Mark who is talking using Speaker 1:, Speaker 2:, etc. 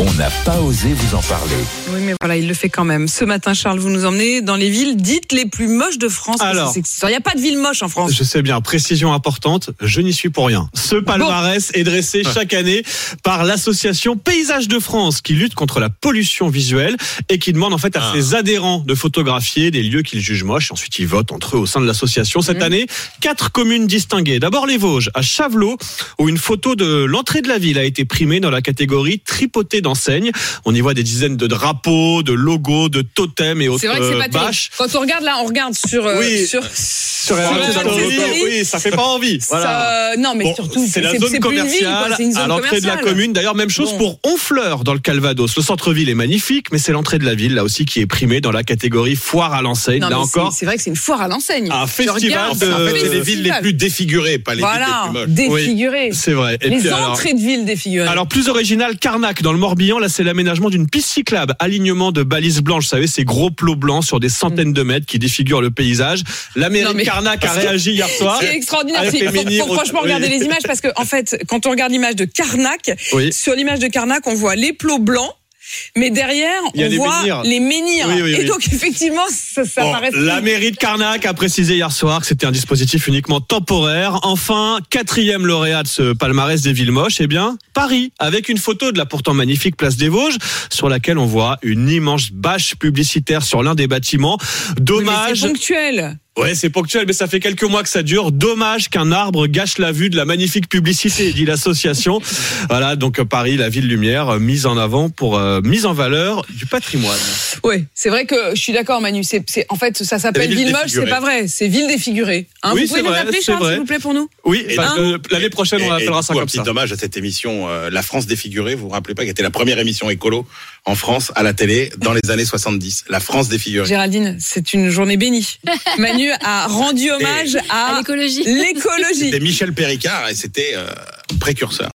Speaker 1: on n'a pas osé vous en parler.
Speaker 2: Oui, mais voilà, il le fait quand même. Ce matin, Charles, vous nous emmenez dans les villes dites les plus moches de France. parce que
Speaker 3: Alors.
Speaker 2: c'est excitant. il n'y a pas de ville moche en France.
Speaker 3: Je sais bien, précision importante, je n'y suis pour rien. Ce palmarès est dressé chaque année par l'association Paysage de France qui lutte contre la pollution visuelle et qui demande en fait à
Speaker 2: Ah.
Speaker 3: ses adhérents de photographier des lieux qu'ils jugent moches. Ensuite, ils votent entre eux au sein de l'association. Cette année, quatre communes distinguées. D'abord les Vosges, à Chavelot, où une photo de l'entrée de la ville a été primée dans la catégorie tripotée d'enseignes. On y voit des dizaines de drapeaux, de logos, de totems et autres
Speaker 2: C'est vrai que c'est pas
Speaker 3: euh,
Speaker 2: terrible.
Speaker 3: bâches.
Speaker 2: Quand on regarde là, on regarde sur. euh,
Speaker 3: Oui.
Speaker 2: sur, sur
Speaker 3: Sur RMC,
Speaker 2: la
Speaker 3: dans le-
Speaker 2: Marseille.
Speaker 3: oui, ça fait pas envie. Voilà.
Speaker 2: ça, euh, non, mais
Speaker 3: Bon,
Speaker 2: surtout,
Speaker 3: c'est la
Speaker 2: plus
Speaker 3: zone
Speaker 2: une ville,
Speaker 3: commerciale
Speaker 2: quoi, c'est une zone
Speaker 3: à l'entrée de la
Speaker 2: commerciale.
Speaker 3: commune. D'ailleurs, même chose
Speaker 2: Bon.
Speaker 3: pour Honfleur dans le Calvados. Le centre-ville est magnifique, mais c'est l'entrée de la ville là aussi qui est primée dans la catégorie foire à l'enseigne.
Speaker 2: Non,
Speaker 3: Là
Speaker 2: mais c'est-
Speaker 3: encore,
Speaker 2: C'est vrai que c'est une foire à l'enseigne.
Speaker 3: Un
Speaker 2: Je
Speaker 3: festival
Speaker 2: regarde,
Speaker 3: de-
Speaker 2: c'est un
Speaker 3: en fait, c'est les
Speaker 2: festival.
Speaker 3: villes
Speaker 4: défigurées, pas
Speaker 2: Voilà,
Speaker 3: moches.
Speaker 2: défigurées.
Speaker 3: c'est vrai. Et
Speaker 2: Les
Speaker 3: puis, alors-
Speaker 2: entrées de ville défigurées.
Speaker 3: alors plus original, Carnac dans le Morbihan, là c'est l'aménagement d'une piste cyclable, alignement de balises blanches, vous savez ces gros plots blancs sur des centaines de mètres qui défigurent le paysage. La mairie
Speaker 2: Non, mais-
Speaker 3: de Carnac a réagi hier soir.
Speaker 2: C'est extraordinaire.
Speaker 3: Avec
Speaker 2: Il
Speaker 3: les
Speaker 2: faut, faut
Speaker 3: menhirs au-
Speaker 2: franchement
Speaker 3: Ah, oui.
Speaker 2: regarder les images parce que, en fait, quand on regarde l'image de Carnac,
Speaker 3: Oui.
Speaker 2: sur l'image de Carnac, on voit les plots blancs. Mais derrière,
Speaker 3: Il y a
Speaker 2: on
Speaker 3: les
Speaker 2: voit
Speaker 3: menhirs.
Speaker 2: les menhirs.
Speaker 3: Oui, oui,
Speaker 2: Et
Speaker 3: oui.
Speaker 2: donc, effectivement, ça, ça
Speaker 3: Bon,
Speaker 2: paraît.
Speaker 3: la mairie de Carnac a précisé hier soir que c'était un dispositif uniquement temporaire. Enfin, quatrième lauréat de ce palmarès des villes moches, eh bien, Paris, avec une photo de la pourtant magnifique place des Vosges, sur laquelle on voit une immense bâche publicitaire sur l'un des bâtiments.
Speaker 2: Oui, mais
Speaker 3: Dommage.
Speaker 2: C'est ponctuel.
Speaker 3: Ouais, c'est ponctuel, mais ça fait quelques mois que ça dure. Dommage qu'un arbre gâche la vue de la magnifique publicité, dit l'association. voilà, donc euh, Paris, la ville lumière, euh, mise en avant pour euh, mise en valeur du patrimoine.
Speaker 2: Oui, c'est vrai que je suis d'accord, Manu. C'est, c'est- en fait, ça s'appelle
Speaker 4: Les villes
Speaker 2: ville moche, c'est
Speaker 4: défigurées.
Speaker 2: pas vrai. C'est ville défigurée. Hein,
Speaker 3: Oui,
Speaker 2: vous pouvez
Speaker 3: c'est
Speaker 2: nous
Speaker 3: vrai,
Speaker 2: appeler,
Speaker 3: c'est
Speaker 2: Charles,
Speaker 3: vrai.
Speaker 2: s'il vous plaît, pour nous
Speaker 3: Oui,
Speaker 4: Et
Speaker 3: bah,
Speaker 2: un-
Speaker 3: euh, l'année prochaine, on appellera ça
Speaker 4: du coup,
Speaker 3: comme
Speaker 4: un petit
Speaker 3: ça.
Speaker 4: dommage à cette émission, euh, La France défigurée. Vous vous rappelez pas qu'elle était la première émission écolo en France à la télé dans les années 70. La France défigurée.
Speaker 2: Géraldine, c'est une journée bénie. Manu a rendu hommage à
Speaker 5: à l'écologie.
Speaker 2: l'écologie.
Speaker 4: C'était Michel Péricard et c'était euh, précurseur.